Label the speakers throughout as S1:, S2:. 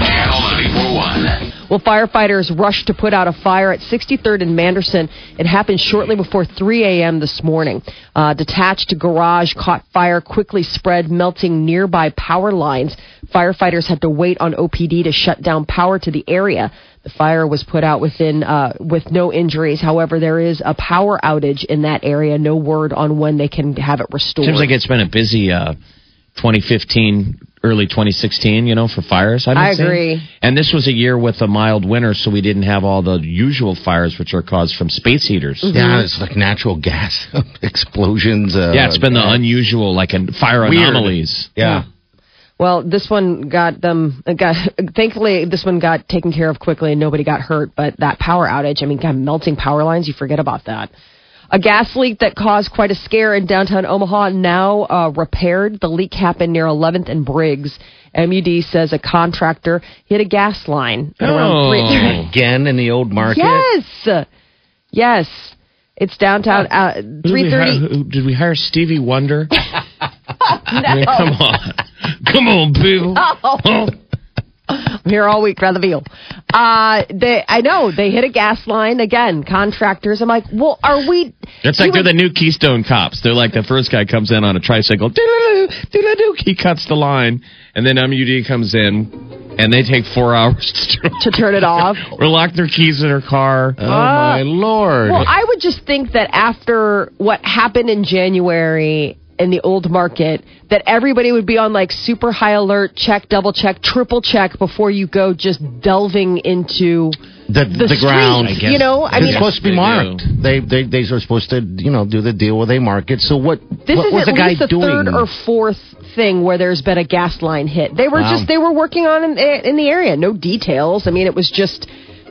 S1: Channel 941.
S2: Well, firefighters rushed to put out a fire at 63rd and Manderson. It happened shortly before 3 a.m. this morning. Uh, detached garage caught fire, quickly spread, melting nearby power lines. Firefighters had to wait on OPD to shut down power to the area. The fire was put out within uh, with no injuries. However, there is a power outage in that area. No word on when they can have it restored.
S3: Seems like it's been a busy uh, 2015, early 2016, you know, for fires. I've been
S2: I
S3: seeing.
S2: agree.
S3: And this was a year with a mild winter, so we didn't have all the usual fires which are caused from space heaters.
S4: Yeah, it's like natural gas explosions. Uh,
S3: Yeah, it's been the unusual, like a fire
S4: Weird.
S3: anomalies.
S4: Yeah.
S2: Well, this one got them. uh, Got thankfully, this one got taken care of quickly, and nobody got hurt. But that power outage, I mean, God, melting power lines, you forget about that. A gas leak that caused quite a scare in downtown Omaha now uh, repaired. The leak happened near 11th and Briggs. MUD says a contractor hit a gas line at around three.
S3: Oh.
S4: Again in the old market.
S2: yes, yes, it's downtown. Uh,
S3: Who did we
S2: 3:30.
S3: hire- who- Did we hire Stevie Wonder?
S4: Oh,
S3: I mean, come on. Come on,
S4: Oh,
S3: people.
S2: I'm here all week, rather veal. Uh, they, I know they hit a gas line again. Contractors, I'm like, well, are we?
S3: That's
S2: you
S3: like they're
S2: would-
S3: the new Keystone cops. They're like the first guy comes in on a tricycle, "Doodle-doo, doodle-doo," he cuts the line, and then MUD comes in, and they take four hours
S2: to
S3: to,
S2: turn it off.
S3: or lock their keys in her car.
S4: Oh, my Lord.
S2: Well, I would just think that after what happened in January in the old market, that everybody would be on like super high alert, check, double check, triple check before you go just delving into
S4: the,
S2: the, streets,
S4: ground.
S2: You know, I
S4: it's
S2: mean,
S4: supposed to be
S3: They do.
S4: marked. They, they they are supposed to you know do the deal where they mark it. So what?
S2: This
S4: what
S2: is
S4: was
S2: at
S4: the guy
S2: least the
S4: doing?
S2: third or fourth thing where there's been a gas line hit. They were
S4: Wow.
S2: just they were working on in, in the area. No details. I mean, it was just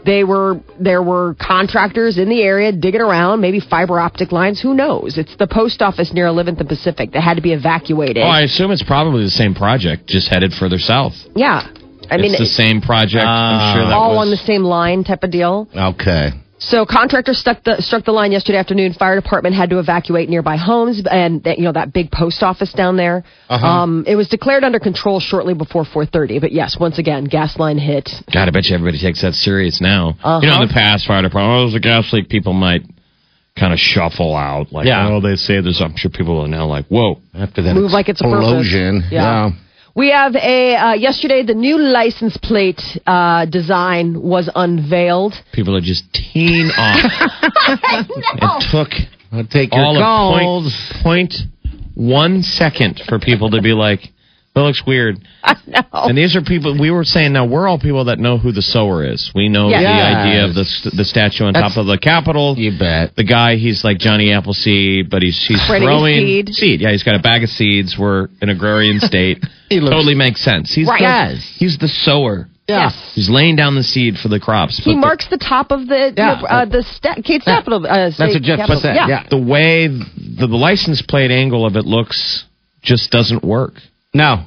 S2: they were there were contractors in the area digging around, maybe fiber optic lines. Who knows? It's the post office near 11th and Pacific that had to be evacuated.
S3: Oh, I assume it's probably the same project, just headed further south.
S2: yeah, I mean,
S3: it's
S2: it- Ah.
S3: the
S2: Oh.
S3: same project. I'm sure that
S2: all
S3: was,
S2: on the same line type of deal.
S4: okay.
S2: So contractors stuck the, struck the line yesterday afternoon. Fire department had to evacuate nearby homes and that, you know that big post office down there.
S4: Uh-huh.
S2: Um, it was declared under control shortly before 4:30. But yes, once again, gas line hit.
S3: God, I bet you everybody takes that serious now. You
S2: Uh-huh.
S3: know, in the past, fire department, oh, there's a gas leak, people might kind of shuffle out. Like,
S4: Yeah.
S3: oh, they say there's, I'm sure people are now like, whoa.
S4: After that
S2: Move like it's a purpose.
S4: explosion.
S2: Yeah.
S4: yeah.
S2: We have a uh, yesterday the new license plate uh, design was unveiled.
S3: People are just teen off.
S2: Oh.
S3: It took
S4: I'll take your
S3: all of
S4: calls.
S3: point, point one second for people to be like, that looks weird. I know. And these are people, we were saying, now we're all people that know who the sower is. We know
S2: Yes.
S3: the
S4: Yes.
S3: idea of the, st- the statue on
S4: That's-
S3: top of the Capitol.
S4: You bet.
S3: The guy, he's like Johnny Appleseed, but he's, he's
S2: Spreading
S3: throwing
S2: seed.
S3: Yeah, he's got a bag of seeds. We're an agrarian state.
S4: He looks-
S3: totally makes sense. He's,
S2: Right.
S3: the,
S4: Yes.
S3: he's the sower.
S4: Yeah.
S3: He's laying down the seed for the crops.
S2: He
S3: But the-
S2: marks the top of the
S4: Yeah.
S2: uh, the sta- Kate
S4: Yeah.
S2: Capital. Uh,
S4: That's what Jeff
S2: Capitol.
S4: just said. Yeah.
S3: the way the, the license plate angle of it looks just doesn't work.
S4: No.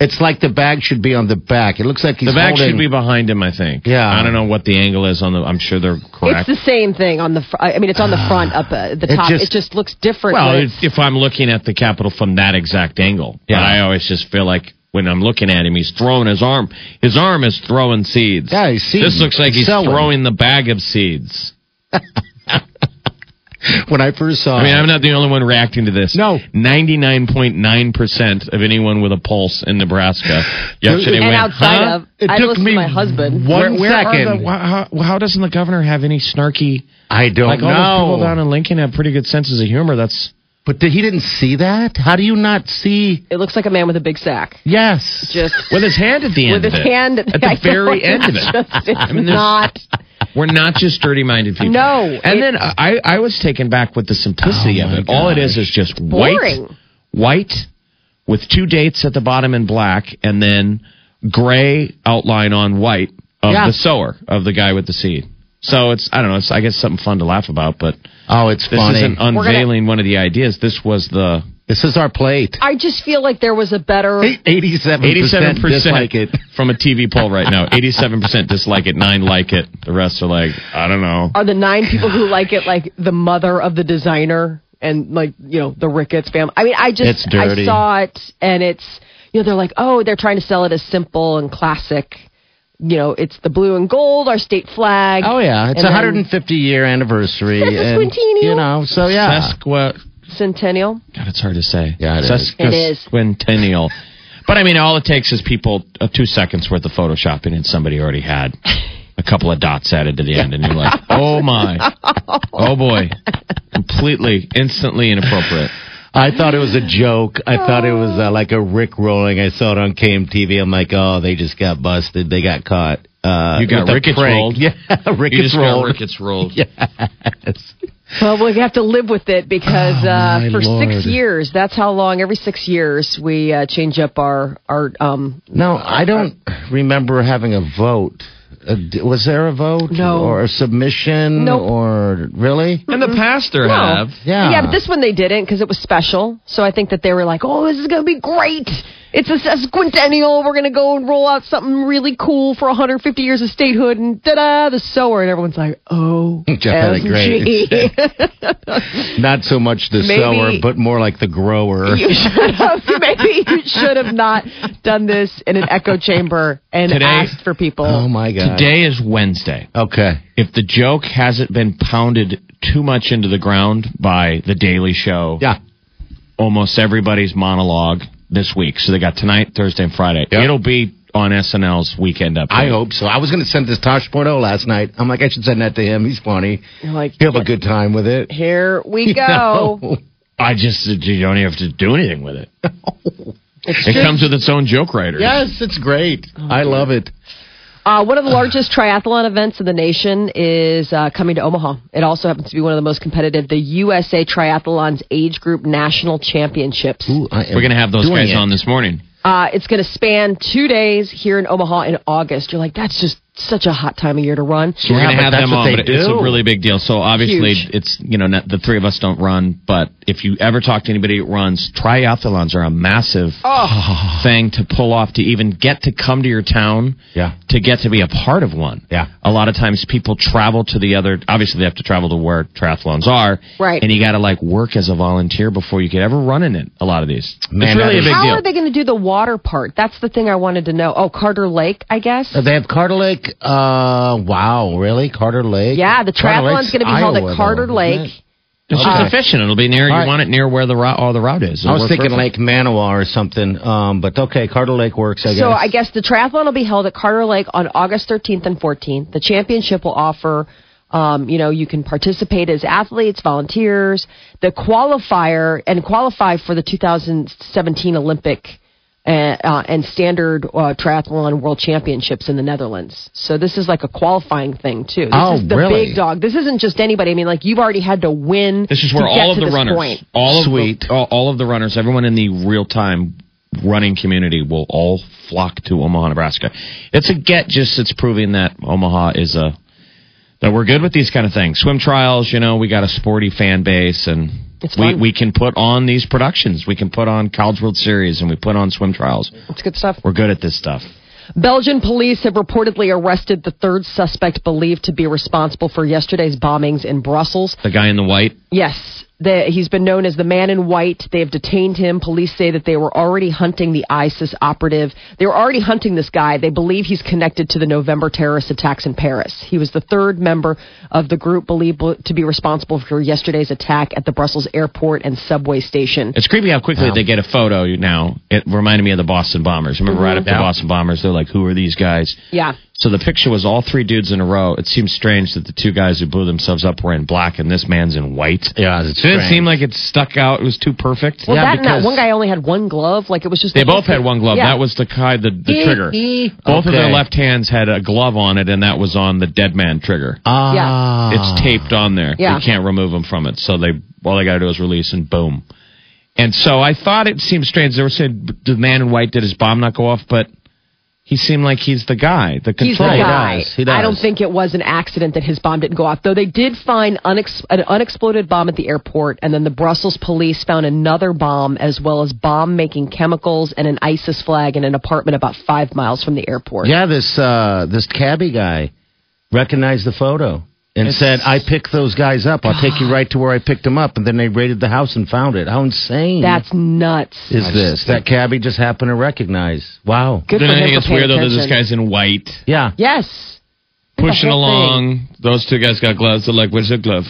S4: It's like the bag should be on the back. It looks like he's
S3: The back
S4: holding,
S3: should be behind him, I think.
S4: Yeah.
S3: I don't know what the angle is on the. I'm sure they're correct.
S2: It's the same thing on the. Fr- I mean, it's on the front up uh, the
S4: It
S2: top.
S4: just-
S2: it just looks different.
S3: well,
S2: when
S3: if if I'm looking at the Capitol from that exact angle,
S4: Yeah.
S3: but I always just feel like when I'm looking at him, he's throwing his arm. His arm is throwing seeds.
S4: Yeah, he's seeding.
S3: This looks like he's
S4: Selling.
S3: throwing the bag of seeds.
S4: When I first saw
S3: I mean,
S4: it.
S3: I'm not the only one reacting to this.
S4: No.
S3: 99.9% of anyone with a pulse in Nebraska yesterday
S2: and
S3: went,
S2: outside
S3: huh?
S2: of, I listened to my husband.
S4: One second.
S3: are the- wh- how, how doesn't the governor have any snarky?
S4: I don't
S3: Like
S4: know.
S3: all those people down in Lincoln have pretty good senses of humor. That's
S4: but did, he didn't see that? How do you not see?
S2: It looks like a man with a big sack.
S4: Yes.
S2: Just
S3: with his hand at the end.
S2: with his
S3: of it.
S2: hand
S3: at the
S2: I
S3: very
S2: know,
S3: end of it.
S2: it's just- it's
S3: mean, there's-
S2: not.
S3: We're not just dirty-minded people.
S2: No,
S3: And
S2: it-
S3: then I, I was taken back with the simplicity
S4: Oh,
S3: of
S4: my
S3: it. All it is
S4: gosh.
S3: is just
S2: boring.
S3: white, white, with two dates at the bottom in black and then gray outline on white of
S2: Yeah.
S3: the sower of the guy with the seed. So it's I don't know. It's I guess something fun to laugh about, but
S4: Oh, it's
S3: this
S4: funny.
S3: isn't
S2: gonna-
S3: unveiling one of the ideas. This was the
S4: this is our plate.
S2: I just feel like there was a better.
S4: Eighty-seven
S3: eighty-seven percent
S4: dislike it.
S3: from a TV poll right now. Eighty-seven percent dislike it, nine like it. The rest are like, I don't know.
S2: Are the nine people who like it like the mother of the designer and like you know the Ricketts family? I mean, I just
S4: It's dirty.
S2: I saw it and it's you know they're like oh they're trying to sell it as simple and classic. You know, it's the blue and gold, our state flag.
S4: Oh yeah, it's
S2: And
S4: a
S2: then
S4: 150 year anniversary. and,
S2: Sesquicentennial.
S4: You know, so Oh, yeah.
S3: Sesqua-
S2: centennial.
S3: God, it's hard to say.
S4: Yeah, it is.
S2: It is.
S3: Sesquicentennial. But I mean, all it takes is people uh, two seconds worth of photoshopping, and somebody already had a couple of dots added to the end, and you're like, oh my, oh boy, completely, instantly inappropriate.
S4: I thought it was a joke. I thought it was uh, like a Rick rolling. I saw it on KMTV. I'm like, oh, they just got busted. They got caught. Uh,
S3: You got
S4: with a
S3: Ricketts
S4: prank.
S3: rolled.
S4: Yeah,
S3: You
S4: Ricketts
S3: just got
S4: rolled.
S3: rickets rolled.
S2: Well, we'll have to live with it because uh,
S4: Oh, my
S2: for
S4: Lord.
S2: six years, that's how long. Every six years, we uh, change up our our. Um,
S4: No, I don't remember having a vote. Uh, d- was there a vote?
S2: No.
S4: Or a submission?
S2: Nope.
S4: Or really?
S3: And the pastor have.
S4: Yeah.
S2: but this one they didn't because it was special. So I think that they were like, "Oh, this is gonna be great! It's a sesquicentennial. We're gonna go and roll out something really cool for 150 years of statehood and da-da, the sower." And everyone's like, "Oh,
S4: Jeff had it great. Not so much the
S2: Maybe-
S4: sower, but more like the grower.
S2: you should have maybe you should have not done this in an echo chamber and
S3: Today-
S2: asked for people."
S4: oh my God.
S3: Today is Wednesday.
S4: Okay.
S3: If the joke hasn't been pounded too much into the ground by The Daily Show,
S4: Yeah.
S3: almost everybody's monologue this week. So they got tonight, Thursday, and Friday.
S4: Yep.
S3: It'll be on SNL's weekend update.
S4: I hope so. I was going to send this Tosh Porto last night. I'm like, I should send that to him. He's funny.
S2: You're like,
S4: He'll have a good time with it.
S2: Here we go.
S3: I just you don't have to do anything with it. it comes with its own joke writer.
S4: Yes, it's great. I love it.
S2: Uh, one of the largest triathlon events in the nation is uh, coming to Omaha. It also happens to be one of the most competitive, the USA Triathlon's Age Group National Championships.
S3: We're gonna have those guys on this morning.
S2: Uh, it's going to span two days here in Omaha in August. You're like, that's just such a hot time of year to run.
S3: We're
S4: Yeah,
S3: gonna
S4: but
S3: have
S4: that's
S3: them
S4: what
S3: on,
S4: they
S3: but it's a
S4: do.
S3: really big deal. So obviously,
S2: Huge.
S3: it's you know not, the three of us don't run, but if you ever talk to anybody that runs, triathlons are a massive
S4: Oh.
S3: thing to pull off to even get to come to your town.
S4: Yeah.
S3: to get to be a part of one.
S4: Yeah.
S3: a lot of times people travel to the other. Obviously, they have to travel to where triathlons are.
S2: Right.
S3: and you got to like work as a volunteer before you could ever run in it. A lot of these,
S4: Man,
S3: it's really
S4: that
S3: a
S4: is-
S3: big
S2: How
S3: deal.
S2: are they going to do the water part? That's the thing I wanted to know. Oh, Carter Lake, I guess.
S4: Uh, They have Carter Lake. Uh, wow, really? Carter Lake?
S2: yeah, the
S4: Carter
S2: triathlon's
S4: Lake's
S2: going to be held at
S4: Iowa, though,
S2: Carter
S4: isn't
S2: Lake.
S4: it?
S3: It's
S4: Okay.
S3: just efficient. It'll be near.
S4: All
S3: You
S4: right.
S3: want it near where the route, all the route is.
S4: I was thinking
S3: like.
S4: Lake Manawa or something, um, but okay, Carter Lake works, I guess.
S2: So I guess the triathlon will be held at Carter Lake on August 13th and 14th. The championship will offer, um, you know, you can participate as athletes, volunteers, the qualifier, and qualify for the 2017 Olympic uh, uh, and standard uh, triathlon world championships in the Netherlands. So this is like a qualifying thing too. This
S4: Oh,
S2: is the
S4: really?
S2: big dog. This isn't just anybody. I mean, like you've already had to win.
S3: This is
S2: to
S3: where
S2: get
S3: all of
S2: to
S3: the
S2: this
S3: runners,
S2: Point.
S3: all of
S4: Sweet.
S3: the, all, all of the runners, everyone in the real time running community will all flock to Omaha, Nebraska. It's a get just it's proving that Omaha is a that we're good with these kind of things. Swim trials, you know, we got a sporty fan base and
S2: It's
S3: we
S2: fun.
S3: we can put on these productions. We can put on College World Series and we put on swim trials.
S2: It's good stuff.
S3: We're good at this stuff.
S2: Belgian police have reportedly arrested the third suspect believed to be responsible for yesterday's bombings in Brussels.
S3: The guy in the white
S2: Yes, the, he's been known as the man in white. They have detained him. Police say that they were already hunting the ISIS operative. They were already hunting this guy. They believe he's connected to the November terrorist attacks in Paris. He was the third member of the group believed to be responsible for yesterday's attack at the Brussels airport and subway station.
S3: It's creepy how quickly they get a photo now. It reminded me of the Boston Bombers. Remember
S2: Mm-hmm.
S3: right after the Boston Bombers, they're like, who are these guys?
S2: Yeah.
S3: So the picture was all three dudes in a row. It seems strange that the two guys who blew themselves up were in black and this man's in white.
S4: Yeah, it's
S3: Didn't it
S4: strange.
S3: seem like it stuck out? It was too perfect.
S2: Well, that and that
S4: because-
S2: one guy only had one glove. Like it was just
S3: They both had one glove.
S2: Yeah.
S3: That was the kind, the, the trigger. Both of their
S4: Okay.
S3: left hands had a glove on it, and that was on the dead man trigger.
S4: Ah.
S3: it's taped on there.
S2: Yeah.
S3: You can't remove them from it. So they all they got to do is release, and boom, And so I thought it seemed strange. They were saying the man in white did his bomb not go off, but he seemed like he's the guy, the
S2: He's the
S3: control.
S2: guy.
S4: does. He does.
S2: I don't think it was an accident that his bomb didn't go off, though they did find unex- an unexploded bomb at the airport, and then the Brussels police found another bomb as well as bomb making chemicals and an ISIS flag in an apartment about five miles from the airport.
S4: Yeah, this uh, this cabbie guy recognized the photo and said, "I picked those guys up. I'll take you right to where I picked them up." And then they raided the house and found it. How insane
S2: That's nuts.
S4: is this? That cabbie just happened to recognize. Wow.
S2: Good
S3: Then
S2: for
S3: I
S2: him
S3: think
S2: for
S3: it's
S2: paying
S3: weird though that this
S2: attention.
S3: guy's in white,
S4: Yeah.
S2: Yes.
S3: pushing
S2: whole
S3: along. Those two guys got gloves. They're like, "Where's your glove?"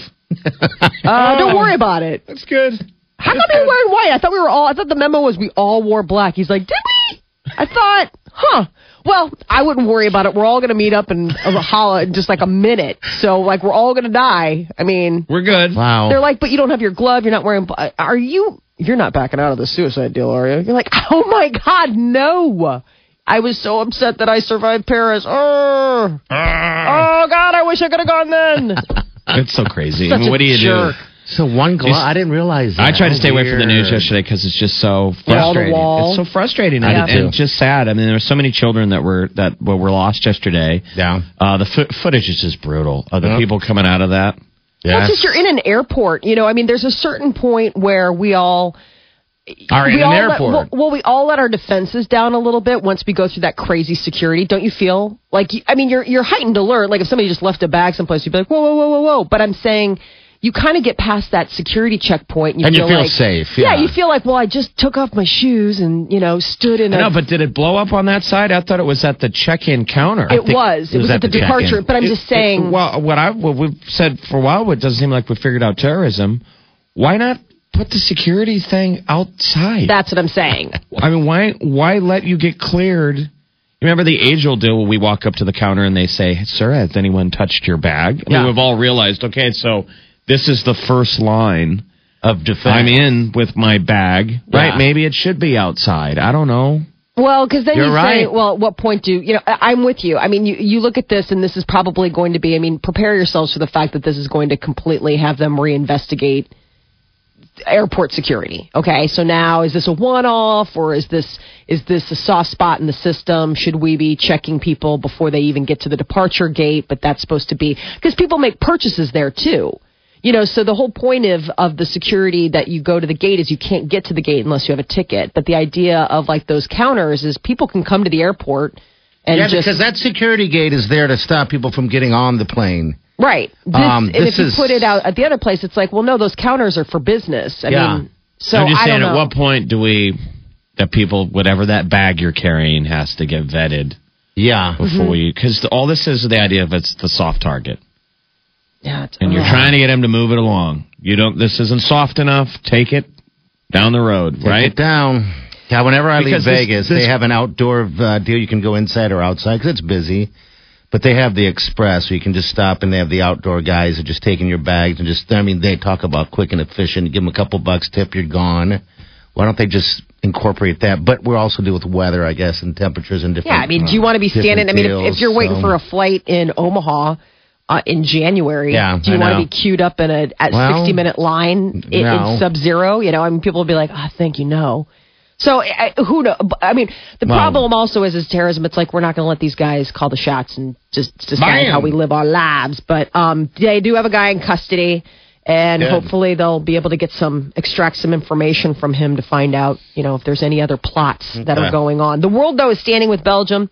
S2: Uh, don't worry about it.
S3: That's good.
S2: How come you're wearing white? I thought we were all. I thought the memo was we all wore black. He's like, did we? I thought, huh? Well, I wouldn't worry about it. We're all going to meet up and uh, holla in just like a minute. So like we're all going to die. I mean,
S3: We're good.
S4: Wow.
S2: they're like, but you don't have your glove. You're not wearing. bla- Are you? You're not backing out of the suicide deal, are you? You're like, oh my god, no. I was so upset that I survived Paris. Oh, oh God! I wish I could have gone then.
S3: It's so crazy. I
S2: Such
S3: mean,
S2: a
S3: what do you
S2: jerk.
S3: do?
S4: so one glove. I didn't realize. That.
S3: I tried to stay away from the news
S4: Weird.
S3: yesterday because it's just so
S2: Wall to
S3: frustrating.
S2: wall.
S3: It's so frustrating
S4: I
S3: and,
S4: did too.
S3: and just sad. I mean, there were so many children that were that well, were lost yesterday.
S4: Yeah.
S3: Uh, the fo- footage is just brutal. Uh, the
S4: Yeah.
S3: people coming out of that.
S4: Yeah.
S2: Well, it's just you're in an airport. You know, I mean, there's a certain point where we all
S4: Are in
S2: we
S4: an
S2: all
S4: airport.
S2: Let, well, well, we all let our defenses down a little bit once we go through that crazy security. Don't you feel like? you- I mean, you're you're heightened alert. Like if somebody just left a bag someplace, you'd be like, whoa, whoa, whoa, whoa, whoa. But I'm saying. You kind of get past that security checkpoint,
S4: And you feel
S2: like,
S4: safe, yeah.
S2: you feel like, well, I just took off my shoes and you know stood in a.
S3: No, but did it blow up on that side? I thought it was at the check-in counter.
S2: it was. It was, at the, departure. But I'm
S3: It-
S2: just saying.
S3: it- well, what I what we've said for a while, it doesn't seem like we figured out terrorism. Why not put the security thing outside?
S2: that's what I'm saying.
S3: I mean, why why let you get cleared? You Remember the age old deal where we walk up to the counter and they say, "Sir, has anyone touched your bag?" I
S4: Yeah.
S3: mean, we've all realized, okay, so this is the first line.
S4: of defense.
S3: I'm in with my bag, right? Maybe it should be outside. I don't know.
S2: Well, because then
S3: You're
S2: you say,
S3: right.
S2: well, at what point do you know? I- I'm with you. I mean, you you look at this, and this is probably going to be. I mean, prepare yourselves for the fact that this is going to completely have them reinvestigate airport security. Okay, so now is this a one-off, or is this is this a soft spot in the system? Should we be checking people before they even get to the departure gate? But that's supposed to be because people make purchases there too. You know, so the whole point of of the security that you go to the gate is you can't get to the gate unless you have a ticket. But the idea of like those counters is people can come to the airport and
S4: Yeah,
S2: just
S4: because that security gate is there to stop people from getting on the plane.
S2: Right. This,
S4: Um,
S2: and
S4: this
S2: if you
S4: is-
S2: put it out at the other place, it's like, well, no, those counters are for business. I
S4: Yeah.
S2: mean, so
S3: I'm just
S2: I
S3: saying,
S2: don't know.
S3: at what point do we that people, whatever that bag you're carrying, has to get vetted
S4: Yeah.
S2: Mm-hmm.
S3: before you? Because all this is the idea of it's the soft target.
S2: yeah, it's-
S3: and you're trying to get him to move it along. You don't. This isn't soft enough. Take it down the road,
S4: Right
S3: right?
S4: down. Yeah, whenever I
S3: Because
S4: leave
S3: this-
S4: Vegas,
S3: this-
S4: they have an outdoor uh, deal. You can go inside or outside 'cause it's busy. But they have the express, so you can just stop, and they have the outdoor guys that are just taking your bags and just. I mean, they talk about quick and efficient. Give them a couple bucks, tip, you're gone. Why don't they just incorporate that? But we're also deal with weather, I guess, and temperatures and different.
S2: yeah, I mean, do you want to be
S4: different
S2: standing? I mean, if,
S4: deals,
S2: if you're waiting
S4: so-
S2: for a flight in Omaha uh, in January,
S4: Yeah,
S2: do you
S4: I
S2: want
S4: know.
S2: to be queued up in a at
S4: Well,
S2: 60 minute line in,
S4: no.
S2: in sub zero? You know, I mean, people will be like, oh, thank you, no. So I, I- who? Know, I mean, the
S4: Well-
S2: problem also is is terrorism. It's like we're not going to let these guys call the shots and just decide
S4: Bam.
S2: how we live our lives. But um, they do have a guy in custody, and
S4: Good.
S2: hopefully they'll be able to get some extract some information from him to find out, you know, if there's any other plots that are
S4: Okay.
S2: going on. The world though is standing with Belgium.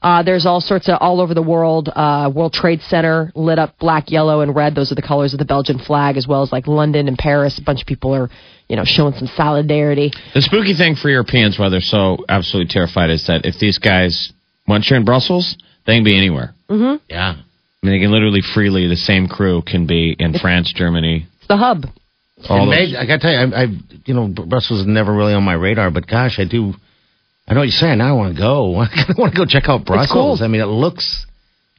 S2: Uh, there's all sorts of all over the world. Uh, world Trade Center lit up black, yellow, and red. Those are the colors of the Belgian flag, as well as like London and Paris. A bunch of people are, you know, showing some solidarity.
S3: The spooky thing for Europeans, why they're so absolutely terrified, is that if these guys, once you're in Brussels, they can be anywhere. I
S2: Mm-hmm.
S4: Yeah.
S3: mean, they can literally freely. The same crew can be in France, Germany.
S2: It's the hub.
S3: All
S4: And
S3: those-
S4: Meg, I gotta tell you, I, I you know Br- Brussels is never really on my radar, but gosh, I do. I know what you're saying. I want to go. I want to go check out Brussels. I mean, it looks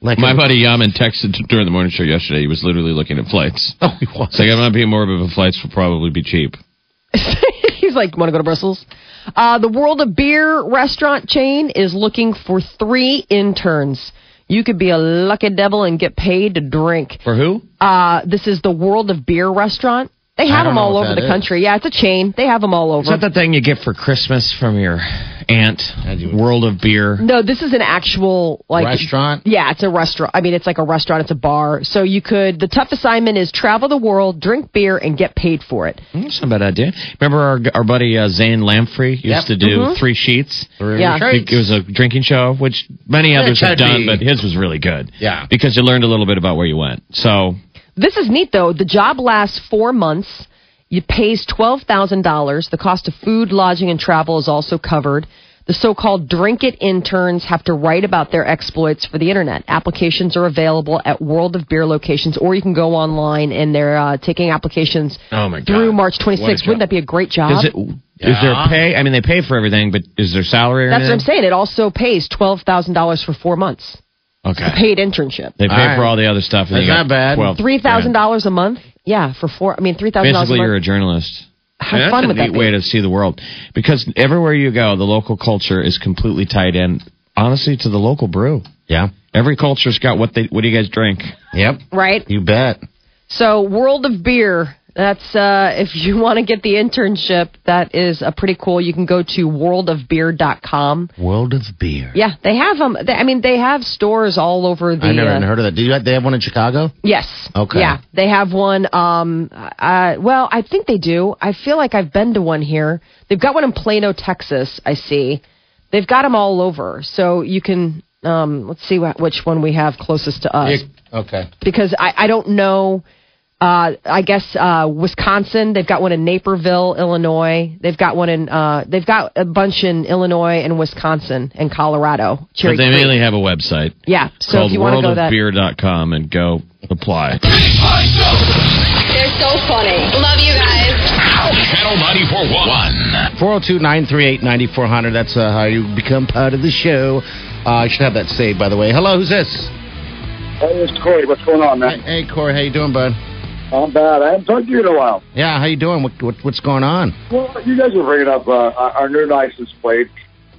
S4: like
S3: My
S4: a-
S3: buddy Yaman texted during the morning show yesterday. He was literally looking at flights.
S4: Oh, it was.
S3: It's like, I'm not being morbid, but flights will probably be cheap.
S2: He's like, want to go to Brussels? Uh, the World of Beer restaurant chain is looking for three interns. You could be a lucky devil and get paid to drink.
S3: For who?
S2: Uh, this is the World of Beer restaurant. They have
S4: don't
S2: them all
S4: know what
S2: over
S4: that
S2: the
S4: is.
S2: country. Yeah, it's a chain. They have them all
S3: Is
S2: over.
S3: that the thing you get for Christmas from your aunt?
S4: you-
S3: World of beer.
S2: no, this is an actual like
S4: Restaurant?
S2: Yeah, it's a restaurant. I mean, it's like a restaurant. It's a bar. So you could. The tough assignment is travel the world, drink beer, and get paid for it.
S3: Mm, That's not a bad idea. Remember our our buddy uh, Zane Lamfrey used
S4: Yep.
S3: to do three sheets.
S2: Yeah.
S3: I think it was a drinking show, which many others
S4: it
S3: have
S4: had to
S3: done,
S4: be.
S3: but his was really good.
S4: Yeah.
S3: because you learned a little bit about where you went. So
S2: This is neat though. The job lasts four months. It pays twelve thousand dollars. The cost of food, lodging, and travel is also covered. The so-called "drink it" interns have to write about their exploits for the internet. Applications are available at World of Beer locations, or you can go online and they're uh, taking applications
S3: Oh, my God.
S2: through March 26th.
S3: job.
S2: Wouldn't that be a great job?
S3: is it is there pay? I mean, they pay for everything, but is there salary? Or
S2: That's what I'm
S3: anything?
S2: saying. It also pays twelve thousand dollars for four months,
S3: Okay,
S2: paid internship.
S3: they pay
S4: All right.
S3: for all the other stuff. And
S4: That's
S3: you got
S4: not bad.
S3: $12,000.
S2: Three thousand dollars a month, yeah, for four. I mean, three thousand dollars a
S3: Basically, you're a
S2: month.
S3: journalist.
S2: How
S3: Yeah,
S2: fun
S3: that's
S2: would
S3: a
S2: that
S3: neat
S2: be?
S3: way to see the world because everywhere you go, the local culture is completely tied in, honestly, to the local brew.
S4: Yeah.
S3: Every culture's got what they what do you guys drink?
S4: Yep.
S2: right?
S4: You bet.
S2: So, World of Beer. That's uh, if you want to get the internship, that is a pretty cool. You can go to worldofbeer.com.
S4: World of beer.
S2: Yeah, they have them. They, I mean, they have stores all over the.
S4: I never
S2: uh,
S4: even heard of that. Do you? They have one in Chicago.
S2: Yes.
S4: Okay.
S2: Yeah, they have one. Um, uh, well, I think they do. I feel like I've been to one here. They've got one in Plano, Texas. I see. They've got them all over. So you can. Um, let's see wh- which one we have closest to us.
S4: Okay.
S2: because I, I don't know. Uh, I guess uh, Wisconsin. They've got one in Naperville, Illinois. They've got one in. Uh, they've got a bunch in Illinois and Wisconsin and Colorado. Cherry
S3: But they
S2: Creek.
S3: mainly have a website
S2: yeah. So
S3: called
S2: if you want to go that.
S3: worldofbeer.com and go apply.
S5: They're so funny. Love you guys.
S1: Channel 941.
S4: 402-938-9400. That's uh, how you become part of the show. Uh, I should have that saved, by the way. Hello, who's this?
S6: Hey, it's Corey. What's going on, man?
S4: Hey, Corey. How you doing, bud?
S6: I'm bad. I haven't talked to you in a while.
S4: Yeah, how you doing? What, what what's going on?
S6: Well, you guys were bringing up uh, our our new license plate,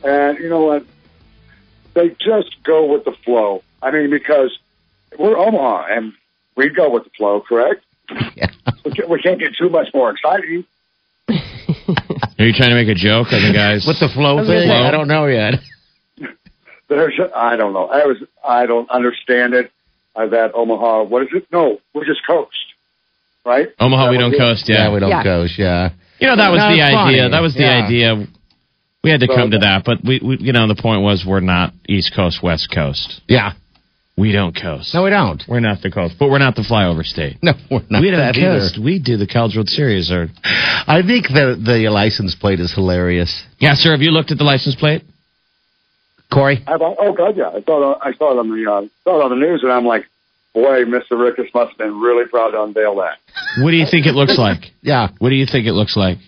S6: and you know what? They just go with the flow. I mean, because we're Omaha, and we go with the flow, correct?
S4: Yeah.
S6: We can't, we can't get too much more exciting.
S3: Are you trying to make a joke? Are the guys
S4: With the flow
S2: gonna
S4: thing?
S2: say-
S4: I don't know yet.
S6: There's, I don't know. I was, I don't understand it. Uh, that Omaha, what is it? No, we just coast, right?
S3: Omaha? We
S6: That
S3: don't
S6: was it.
S3: coast. Yeah,
S4: we don't
S2: Yeah.
S4: ghost. Yeah.
S3: You know that was
S4: No,
S3: the
S4: it's
S3: idea.
S4: funny.
S3: That was the
S4: Yeah.
S3: idea. We had to
S6: So-
S3: come to that, but we, we, you know, the point was we're not East Coast, West Coast.
S4: Yeah.
S3: We don't coast.
S4: No, we don't.
S3: we're not the coast, but we're not the flyover state.
S4: No, we're not
S3: we don't
S4: that either.
S3: coast. We do the College World Series. Or
S4: I think the the license plate is hilarious.
S3: yeah, sir. Have you looked at the license plate?
S4: Corey,
S6: I thought, oh god, yeah, I saw it. On, I saw it on the, uh, saw it on the news, and I'm like, boy, Mr. Rickus must have been really proud to unveil that.
S3: What do you think it looks like?
S4: yeah,
S3: What do you think it looks like?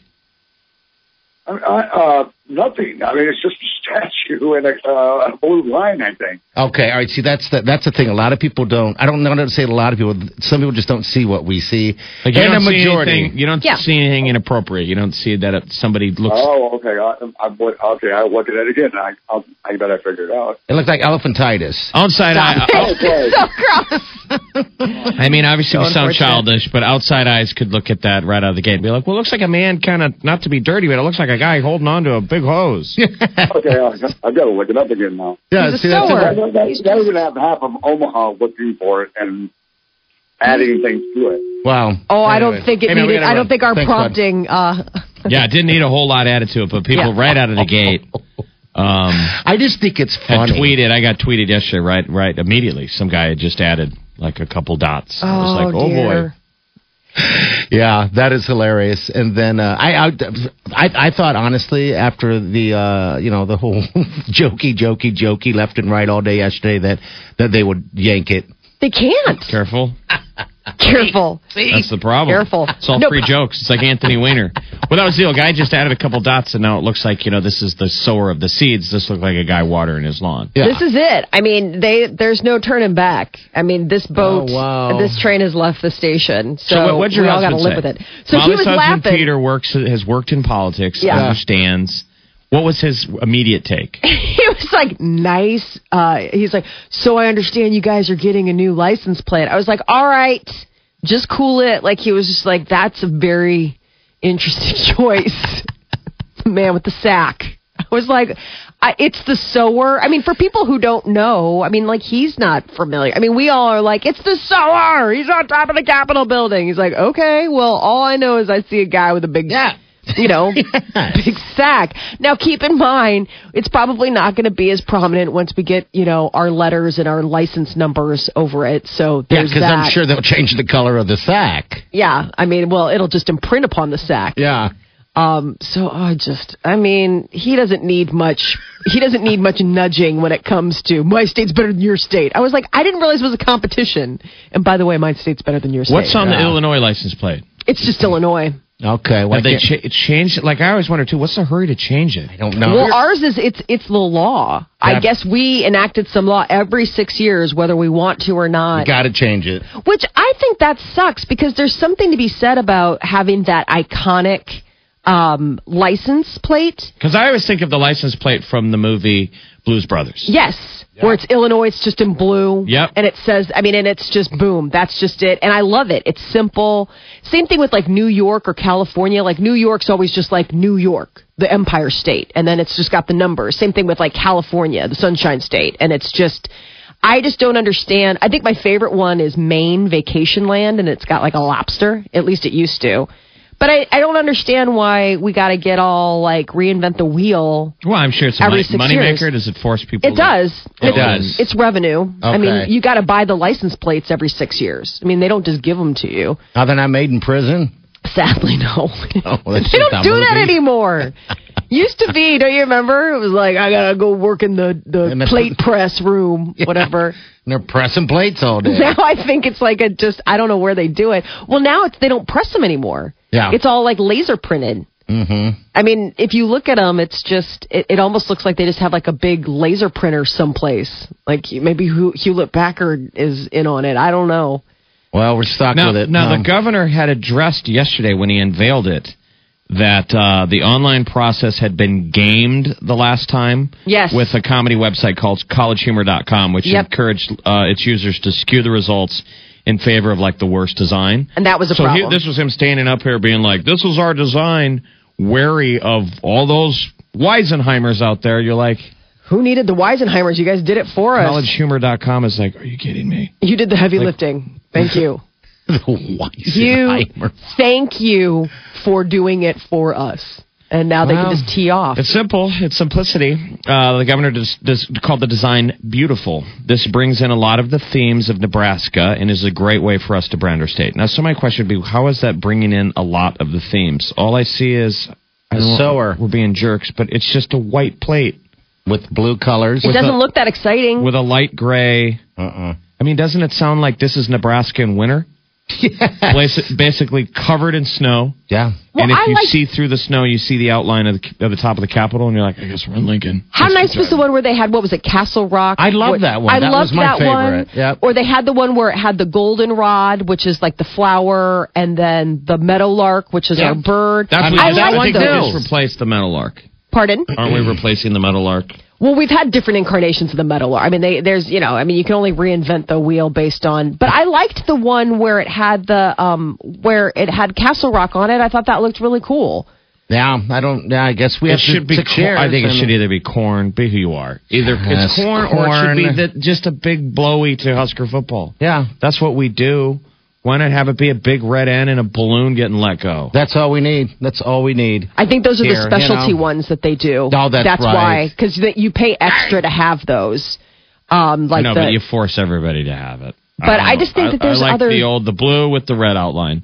S6: I, I, uh, nothing. I mean, it's just a statue and a, uh, a blue line. I think.
S4: okay, all right. See, that's the that's the thing. A lot of people don't. I don't know how to say a lot of people. Some people just don't see what we see.
S3: Like you
S4: and
S3: don't
S4: a
S3: see
S4: majority.
S3: anything. You don't
S2: Yeah.
S3: see anything inappropriate. You don't see that it- somebody looks.
S6: Oh, okay. I, I, what- okay, I'll look at it again. I, I'll, I bet I figured it out.
S4: It looks like elephantitis.
S3: Outside eye,
S6: Okay.
S2: so gross.
S3: I mean, obviously we sound
S2: unfortunate.
S3: childish, but outside eyes could look at that right out of the gate and be like, "Well, it looks like a man, kind of not to be dirty, but it looks like a guy holding on to a big hose."
S6: okay, I, I've got to look it up again now.
S4: Yeah,
S2: He's a
S4: see, that's
S6: I
S2: sewer.
S6: don't even have half of Omaha looking for it and add anything to it.
S4: wow.
S2: Oh, I
S4: Anyway.
S2: don't think
S4: Hey,
S2: it
S4: man, we
S2: needed.
S4: gotta
S2: I
S4: run.
S2: don't think our
S4: Thanks, bud.
S2: prompting. Uh,
S3: yeah, it didn't need a whole lot added to it, but people
S2: Yeah.
S3: right out of the gate. Um,
S4: I just think it's
S3: had
S4: funny.
S3: tweeted. I got tweeted yesterday, right? Right, immediately. Some guy had just added like a couple dots. I was like, "Oh boy."
S2: dear.
S4: Yeah, that is hilarious. And then uh, I, I, I, I thought honestly after the uh, you know the whole jokey, jokey, jokey left and right all day yesterday that that they would yank it.
S2: They can't.
S3: Careful.
S2: Careful.
S3: That's the problem.
S2: Careful.
S3: It's all
S2: No,
S3: free
S2: but-
S3: jokes. It's like Anthony Weiner. Well, that was the deal. Guy just added a couple dots, and now it looks like, you know, this is the sower of the seeds. This looked like a guy watering his lawn.
S4: Yeah.
S2: This is it. I mean, they there's no turning back. I mean, this boat,
S4: Oh, wow.
S2: this train has left the station. So,
S3: what, what'd your
S2: we all got to
S3: husband
S2: live with
S3: say?
S2: it. So he
S3: Molly's
S2: was
S3: husband,
S2: laughing.
S3: Peter, works has worked in politics,
S2: Yeah.
S3: understands. What was his immediate take?
S2: he was like nice. Uh, he's like, so I understand you guys are getting a new license plate. I was like, all right, just cool it. Like he was just like, that's a very interesting choice. the man with the sack. I was like, I, it's the sower. I mean, for people who don't know, I mean, like he's not familiar. I mean, we all are like, it's the sower. He's on top of the Capitol building. He's like, okay, well, all I know is I see a guy with a big
S4: Yeah.
S2: you know, big sack. Now, keep in mind, it's probably not going to be as prominent once we get, you know, our letters and our license numbers over it. So
S4: Yeah,
S2: there's
S4: because I'm
S2: that.
S4: sure they'll change the color of the sack.
S2: Yeah, I mean, well, it'll just imprint upon the sack.
S4: Yeah.
S2: Um, so I just, I mean, he doesn't need much. He doesn't need much nudging when it comes to my state's better than your state. I was like, I didn't realize it was a competition. And by the way, my state's better than your state.
S3: What's on the Illinois license plate?
S2: It's just Illinois.
S4: Okay. Well,
S3: Have they cha- changed it? Like, I always wonder, too, what's the hurry to change it?
S4: I don't know.
S2: Well, ours is it's it's the law. I
S3: That's-
S2: guess we enacted some law every six years, whether we want to or not.
S4: Got to change it.
S2: Which I think that sucks because there's something to be said about having that iconic um, license plate.
S3: Because I always think of the license plate from the movie Blues Brothers.
S2: Yes, where it's Illinois, it's just in blue.
S3: Yep.
S2: And it says, I mean, and it's just boom, that's just it. And I love it. It's simple. Same thing with like New York or California. Like New York's always just like New York, the Empire State. And then it's just got the numbers. Same thing with like California, the Sunshine State. And it's just, I just don't understand. I think my favorite one is Maine Vacation Land, and it's got like a lobster. At least it used to. But I, I don't understand why we got to get all like reinvent the wheel
S3: Well, I'm sure it's a
S2: Every
S3: money,
S2: six
S3: moneymaker.
S2: years.
S3: Does it force people?
S2: it
S3: to-
S2: does.
S3: It
S2: It's-
S3: does.
S2: It's revenue. I mean,
S4: Okay.
S2: you got to buy the license plates every six years. I mean, they don't just give them to you.
S4: Now that I'm made in prison.
S2: Sadly, no.
S4: Oh, well, that's
S2: they
S4: just
S2: don't do that
S4: movie.
S2: anymore. Used to be, don't you remember? It was like I gotta go work in the
S4: And
S2: the
S4: that's-
S2: plate press room, whatever.
S4: And they're pressing plates all day.
S2: Now I think it's like a just I don't know where they do it. Well, now it's they don't press them anymore.
S4: Yeah.
S2: it's all like laser printed. Mm-hmm. I mean, if you look at them, it's just it, it almost looks like they just have like a big laser printer someplace. Like maybe Hu- Hewlett Packard is in on it. I don't know.
S4: Well, we're stuck
S3: Now,
S4: with it.
S3: now
S4: Um,
S3: the governor had addressed yesterday when he unveiled it that uh, the online process had been gamed the last time.
S2: Yes.
S3: With a comedy website called collegehumor.com, which
S2: Yep.
S3: encouraged uh, its users to skew the results in favor of like the worst design.
S2: And that was a
S3: so he-
S2: problem.
S3: this was him standing up here being like, "This was our design." Wary of all those Weisenheimers out there, you're like
S2: Who needed the Weisenheimers? You guys did it for us.
S3: collegehumor.com is like, "Are you kidding me?"
S2: You did the heavy lifting. Thank you. you
S4: Weisenheimer.
S2: thank you for doing it for us. And now they
S3: Wow.
S2: can just tee off.
S3: It's simple. It's simplicity. Uh, the governor dis- dis- called the design beautiful. This brings in a lot of the themes of Nebraska and is a great way for us to brand our state. Now, so my question would be, how is that bringing in a lot of the themes? All I see is I don't-
S4: sower.
S3: We're being jerks, but it's just a white plate
S4: with blue colors.
S2: it doesn't look that exciting.
S3: with a light gray.
S4: Uh-uh.
S3: I mean, doesn't it sound like this is Nebraska in winter? Basi- Basically covered in snow.
S4: Yeah.
S2: Well,
S3: and if
S2: I
S3: you
S2: like-
S3: see through the snow, you see the outline of the, of the top of the Capitol, and you're like, I guess we're in Lincoln.
S2: How
S3: Let's
S2: nice
S3: keep
S2: was the
S3: driving.
S2: one where they had what was it, Castle Rock?
S4: I love
S2: What-
S4: that one.
S2: I
S4: That
S2: loved
S4: was my
S2: that
S4: favorite.
S2: one.
S4: Yep.
S2: Or they had the one where it had the goldenrod, which is like the flower, and then the meadowlark, which is
S3: Yeah.
S2: our bird.
S3: That's what
S2: I
S3: we did. I Mm-hmm.
S2: like
S3: think
S2: those.
S3: we just replaced the Metalark.
S2: Pardon?
S3: Aren't we replacing the Metalark?
S2: Well, we've had different incarnations of the meadowlark. I mean, they, there's you know, I mean, you can only reinvent the wheel based on. But I liked the one where it had the um where it had Castle Rock on it. I thought that looked really cool.
S4: Yeah, I don't. Yeah, I guess we
S3: It
S4: have to-
S3: should be.
S4: to
S3: Cor-
S4: share.
S3: I think it
S4: and-
S3: should either be corn. Be who you are. Either
S4: Yes,
S3: it's corn, or it should be
S4: corn.
S3: the, just a big blowy to Husker football.
S4: Yeah,
S3: That's what we do. Why not have it be a big red end and a balloon getting let go?
S4: that's all we need. That's all we need.
S2: I think those are
S4: Here,
S2: the
S4: you
S2: specialty
S4: know.
S2: ones that they do.
S4: Oh, that's
S2: why
S4: right.
S2: because you pay extra to have those. Um, like
S3: no,
S2: the,
S3: but you force everybody to have it.
S2: But
S3: don't
S2: I
S3: know.
S2: just think that there's
S3: I like
S2: other-
S3: the old the blue with the red outline,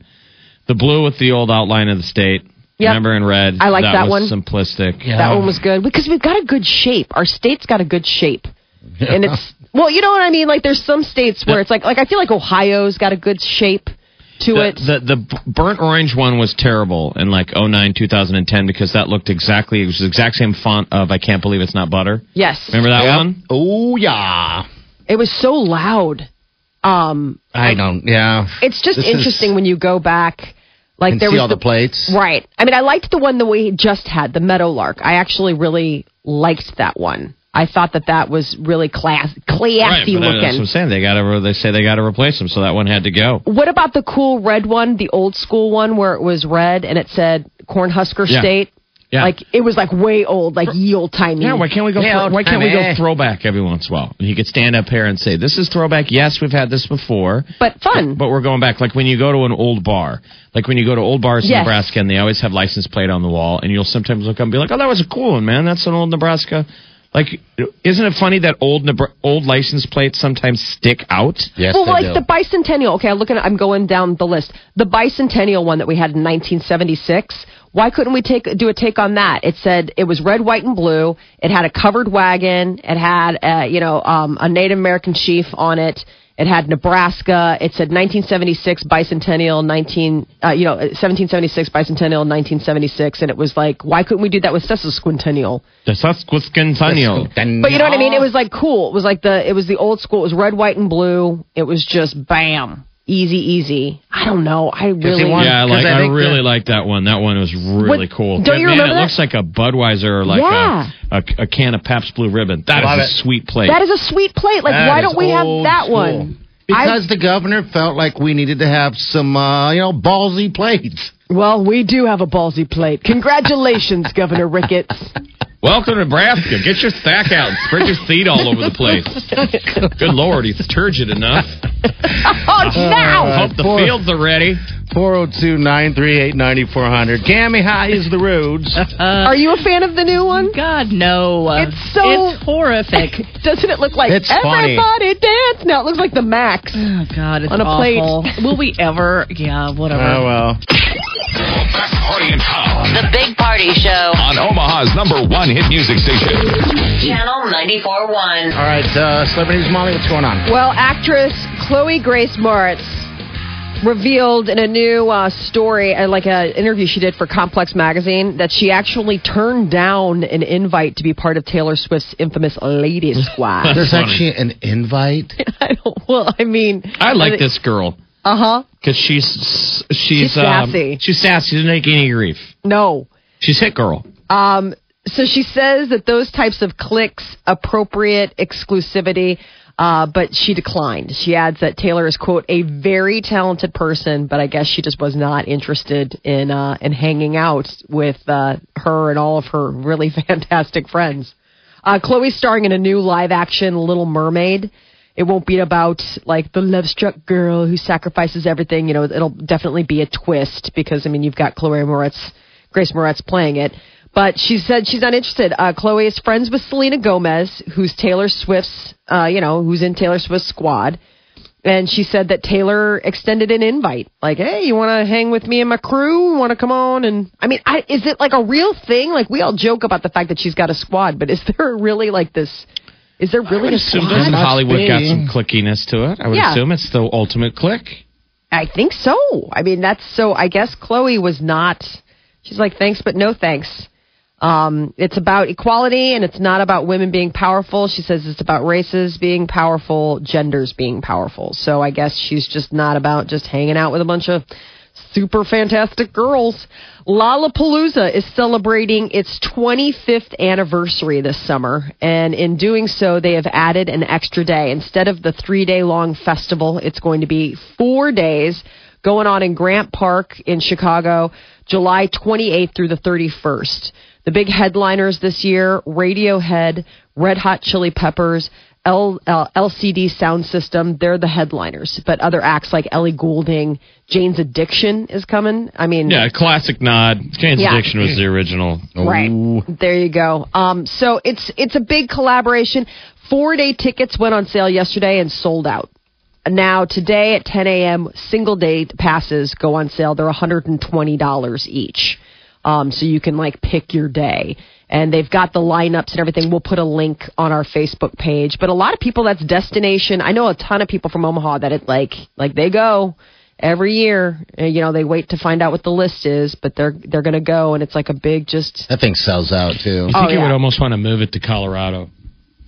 S3: the blue with the old outline of the state.
S2: Yep.
S3: Remember in red.
S2: I like that
S3: was
S2: one.
S3: Simplistic.
S2: That one was good because we've got a good shape. Our state's got a good shape. And it's well, you know what I mean? Like there's some states where it's like like I feel like Ohio's got a good shape to it.
S3: The, the the b- burnt orange one was terrible in like 09, 2010 because that looked exactly it was the exact same font of I can't believe it's not butter.
S2: yes.
S3: Remember that
S4: Yep.
S3: one?
S4: Oh yeah.
S2: It was so loud. Um
S4: I don't. Yeah.
S2: it's just
S4: This is-
S2: interesting when you go back like
S4: And
S2: there
S4: see
S2: was
S4: all the plates.
S2: Right. I mean I liked the one that we just had, the Meadowlark. I actually really liked that one. I thought that that was really class, classy
S3: but uh, that- That's what
S2: looking.
S3: I'm saying. They got to. They say they got to replace them, so that one had to go.
S2: What about the cool red one, the old school one where it was red and it said Cornhusker
S3: Yeah.
S2: State?
S3: Yeah.
S2: Like it was like way old, like ye old timey.
S3: Yeah, why can't we go?
S4: Yeah,
S3: why can't we
S4: Tommy.
S3: go throwback every once in a while? And He could stand up here and say, "This is throwback. Yes, we've had this before,
S2: But fun.
S3: but we're going back." Like when you go to an old bar, like when you go to old bars in
S2: Yes.
S3: Nebraska, and they always have license plate on the wall, and you'll sometimes look up and be like, "Oh, that was a cool one, man. That's an old Nebraska." Like, isn't it funny that old Nebra- old license plates sometimes stick out?
S4: Yes,
S2: well,
S4: they
S2: like
S4: do.
S2: the bicentennial. Okay, I'm looking. At, I'm going down the list. The bicentennial one that we had in 1976. Why couldn't we take do a take on that? It said it was red, white, and blue. It had a covered wagon. It had uh, you know um, a Native American chief on it. It had Nebraska. It said 1976 bicentennial, 19 uh, you know 1776 bicentennial, 1976, and it was like why couldn't we do that with sesquicentennial?
S3: The Sesquicentennial.
S2: But you know what I mean? It was like cool. It was like the it was the old school. It was red, white, and blue. It was just bam, easy, easy. I don't know. I really
S4: want-
S3: Yeah, I like.
S4: 'Cause I
S3: I,
S4: think
S3: really
S4: that-
S3: like that one. That one was really
S2: What-
S3: cool.
S2: don't you
S3: Man,
S2: remember
S3: it
S2: that?
S3: looks like a Budweiser or like
S2: Yeah.
S3: a, a a can of Pabst Blue Ribbon. That is
S4: Love
S3: a
S4: it.
S3: sweet plate.
S2: that is a sweet plate. Like
S4: That
S2: why
S4: is
S2: don't we have
S4: old
S2: that
S4: school.
S2: one?
S4: Because the governor felt like we needed to have some, uh, you know, ballsy plates.
S2: Well, we do have a ballsy plate. Congratulations, Governor Ricketts.
S3: Welcome to Nebraska. Get your sack out and spread your seed all over the place. Good lord, he's turgid enough.
S2: Oh now
S4: Uh,
S3: Hope the
S4: boy.
S3: fields are ready.
S4: 402 938 9400. Gammy, how is the roads?
S2: are you a fan of the new one?
S7: God, no.
S2: It's so-
S7: It's horrific.
S2: Doesn't it look like
S4: It's funny.
S2: everybody dance? Now it looks like the Max.
S7: oh, God, it's
S2: On a plate.
S7: awful. Will we ever? Yeah,
S4: oh,
S7: whatever.
S4: well.
S1: Best party in town
S5: The Big Party Show.
S1: on Omaha's number one hit music station.
S5: Channel 94.1.
S4: All right, uh, Celebrities Molly, what's going on?
S2: Well, actress Chloe Grace Moritz revealed in a new uh, story, uh, like an interview she did for Complex Magazine, that she actually turned down an invite to be part of Taylor Swift's infamous Lady Squad.
S4: There's
S3: funny.
S4: actually an invite.
S2: I don't, well, I mean,
S3: I like this girl
S2: uh huh.
S3: because she's she's
S2: She's sassy.
S3: Um, she's sassy. She doesn't take any grief.
S2: No.
S3: She's hit girl.
S2: Um, so she says that those types of clicks appropriate exclusivity, uh, but she declined. She adds that Taylor is quote a very talented person, but I guess she just was not interested in uh, in hanging out with uh, her and all of her really fantastic friends. Uh, Chloe's starring in a new live action Little Mermaid. It won't be about like the love struck girl who sacrifices everything. You know, it'll definitely be a twist because I mean you've got Chloe Moretz, Grace Moretz playing it. But she said she's not interested. Uh, Chloe is friends with Selena Gomez, who's Taylor Swift's, uh, you know, who's in Taylor Swift's squad. And she said that Taylor extended an invite, like, "Hey, you want to hang with me and my crew? Want to come on?" And I mean, I, is it like a real thing? Like we all joke about the fact that she's got a squad, but is there really like this? Is there really a
S3: Assume
S2: squad?
S3: there's
S4: Must
S3: Hollywood got
S4: be.
S3: some clickiness to it. I would
S2: Yeah.
S3: assume it's the ultimate click.
S2: I think so. I mean, that's so. I guess Chloe was not. She's like, thanks, but no thanks. Um, it's about equality, and it's not about women being powerful. She says it's about races being powerful, genders being powerful. So I guess she's just not about just hanging out with a bunch of super fantastic girls. Lollapalooza is celebrating its 25th anniversary this summer, and in doing so, they have added an extra day. Instead of the three day long festival, it's going to be four days going on in Grant Park in Chicago, July 28th through the 31st. The big headliners this year Radiohead, Red Hot Chili Peppers, L, uh, LCD Sound System, they're the headliners. But other acts like Ellie Goulding, Jane's Addiction is coming. I mean,
S3: Yeah, classic nod. Jane's
S2: Yeah.
S3: Addiction was the original.
S2: Right.
S4: Ooh.
S2: There you go. Um, so it's it's a big collaboration. Four day tickets went on sale yesterday and sold out. Now today at 10 a.m. single day passes go on sale. They're 120 dollars each. Um, so you can like pick your day. And they've got the lineups and everything. We'll put a link on our Facebook page. But a lot of people, that's destination. I know a ton of people from Omaha that it like like they go every year. Uh, You know, they wait to find out what the list is, but they're they're gonna go, and it's like a big just
S4: That thing sells out, too.
S3: I think
S2: Oh, yeah.
S3: you would almost want to move it to Colorado.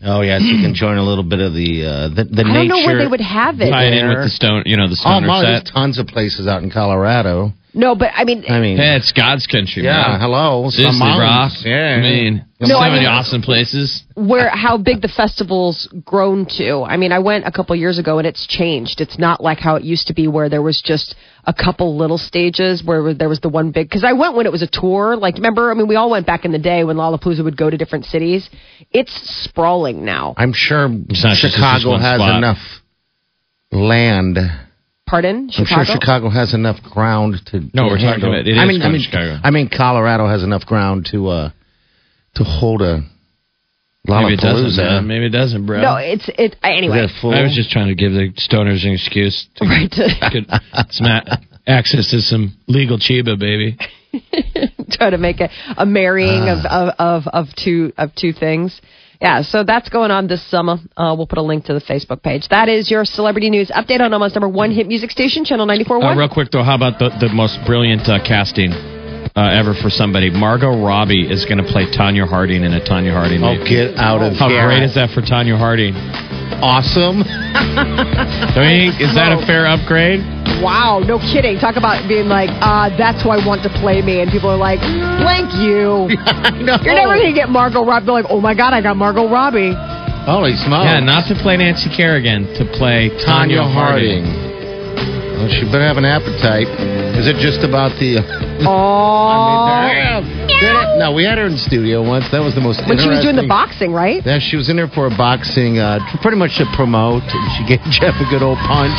S4: Oh, yes, you can join a little bit of the, uh, the, the
S2: I don't
S4: nature.
S2: know where they would have it.
S3: Tie it in
S4: there.
S3: with the stone, you know, the
S4: Oh,
S3: stoner
S4: Molly,
S3: set.
S4: there's tons of places out in Colorado.
S2: No, but I mean,
S4: I mean,
S3: Hey, it's God's country,
S4: yeah,
S3: man.
S4: hello.
S3: Sicily,
S4: some
S3: rock.
S4: mountains. Yeah.
S3: I mean,
S4: No,
S3: so
S4: I
S3: many
S4: mean-
S3: awesome places.
S2: where how big the festival's grown to. I mean, I went a couple years ago and it's changed. It's not like how it used to be where there was just a couple little stages where there was the one big cuz I went when it was a tour. Like remember, I mean, we all went back in the day when Lollapalooza would go to different cities. It's sprawling now.
S4: I'm sure
S3: not just this
S4: Chicago
S3: one
S4: has
S3: spot.
S4: enough land.
S2: Pardon?
S4: I'm
S2: Chicago?
S4: sure Chicago has enough ground to.
S3: No,
S4: to
S3: we're talking
S4: handle-
S3: about- it
S4: I
S3: is
S4: mean, I
S3: grown
S4: mean,
S3: in Chicago.
S4: I mean, Colorado has enough ground to uh, to hold a
S3: Maybe it doesn't. Man.
S4: Lollapalooza.
S3: Maybe it doesn't, bro.
S2: No, it's it
S4: Is
S2: anyway.
S4: that a fool?
S3: I was just trying to give the stoners an excuse to
S2: Right.
S3: get some a- access to some legal chiba, baby. Uh,
S2: try to make a, a marrying of,
S4: Ah.
S2: of, of, of two of two things. Yeah, so that's going on this summer. Uh, we'll put a link to the Facebook page. That is your celebrity news update on Omaha's number one hit music station, Channel 94.1.
S3: Uh, real quick though, how about the, the most brilliant uh, casting uh, ever for somebody? Margot Robbie is going to play Tanya Harding in a Tanya Harding.
S4: Oh,
S3: movie.
S4: get out of
S3: How
S4: here!
S3: great is that for Tanya Harding?
S4: Awesome.
S3: I mean, is that a fair upgrade?
S2: wow, no kidding. Talk about being like, uh, that's who I want to play me. And people are like, blank you.
S4: no.
S2: You're never going to get Margot Robbie. They're like, oh my God, I got Margot Robbie.
S4: Holy smokes!
S3: Yeah, not to play Nancy Kerrigan, to play Tanya,
S4: Oh. Tanya Harding. Well, she better have an appetite. Is it just about the?
S2: Oh.
S4: no, we had her in studio once. That was the most.
S2: When she was doing the
S4: interesting-
S2: boxing, right?
S4: Yeah, she was in there for a boxing, uh, to- pretty much to promote, and she gave Jeff a good old punch.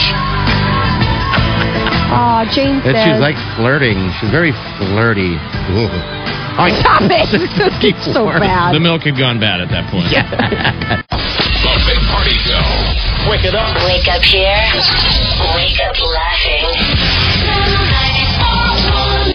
S2: Oh, Jane
S4: And she was
S2: says-
S4: like flirting. She was very flirty. Ooh. All right.
S2: Stop it. This is so bad.
S3: The milk had gone bad at that point.
S1: The Big Party Show.
S5: Wake up here. Wake up laughing.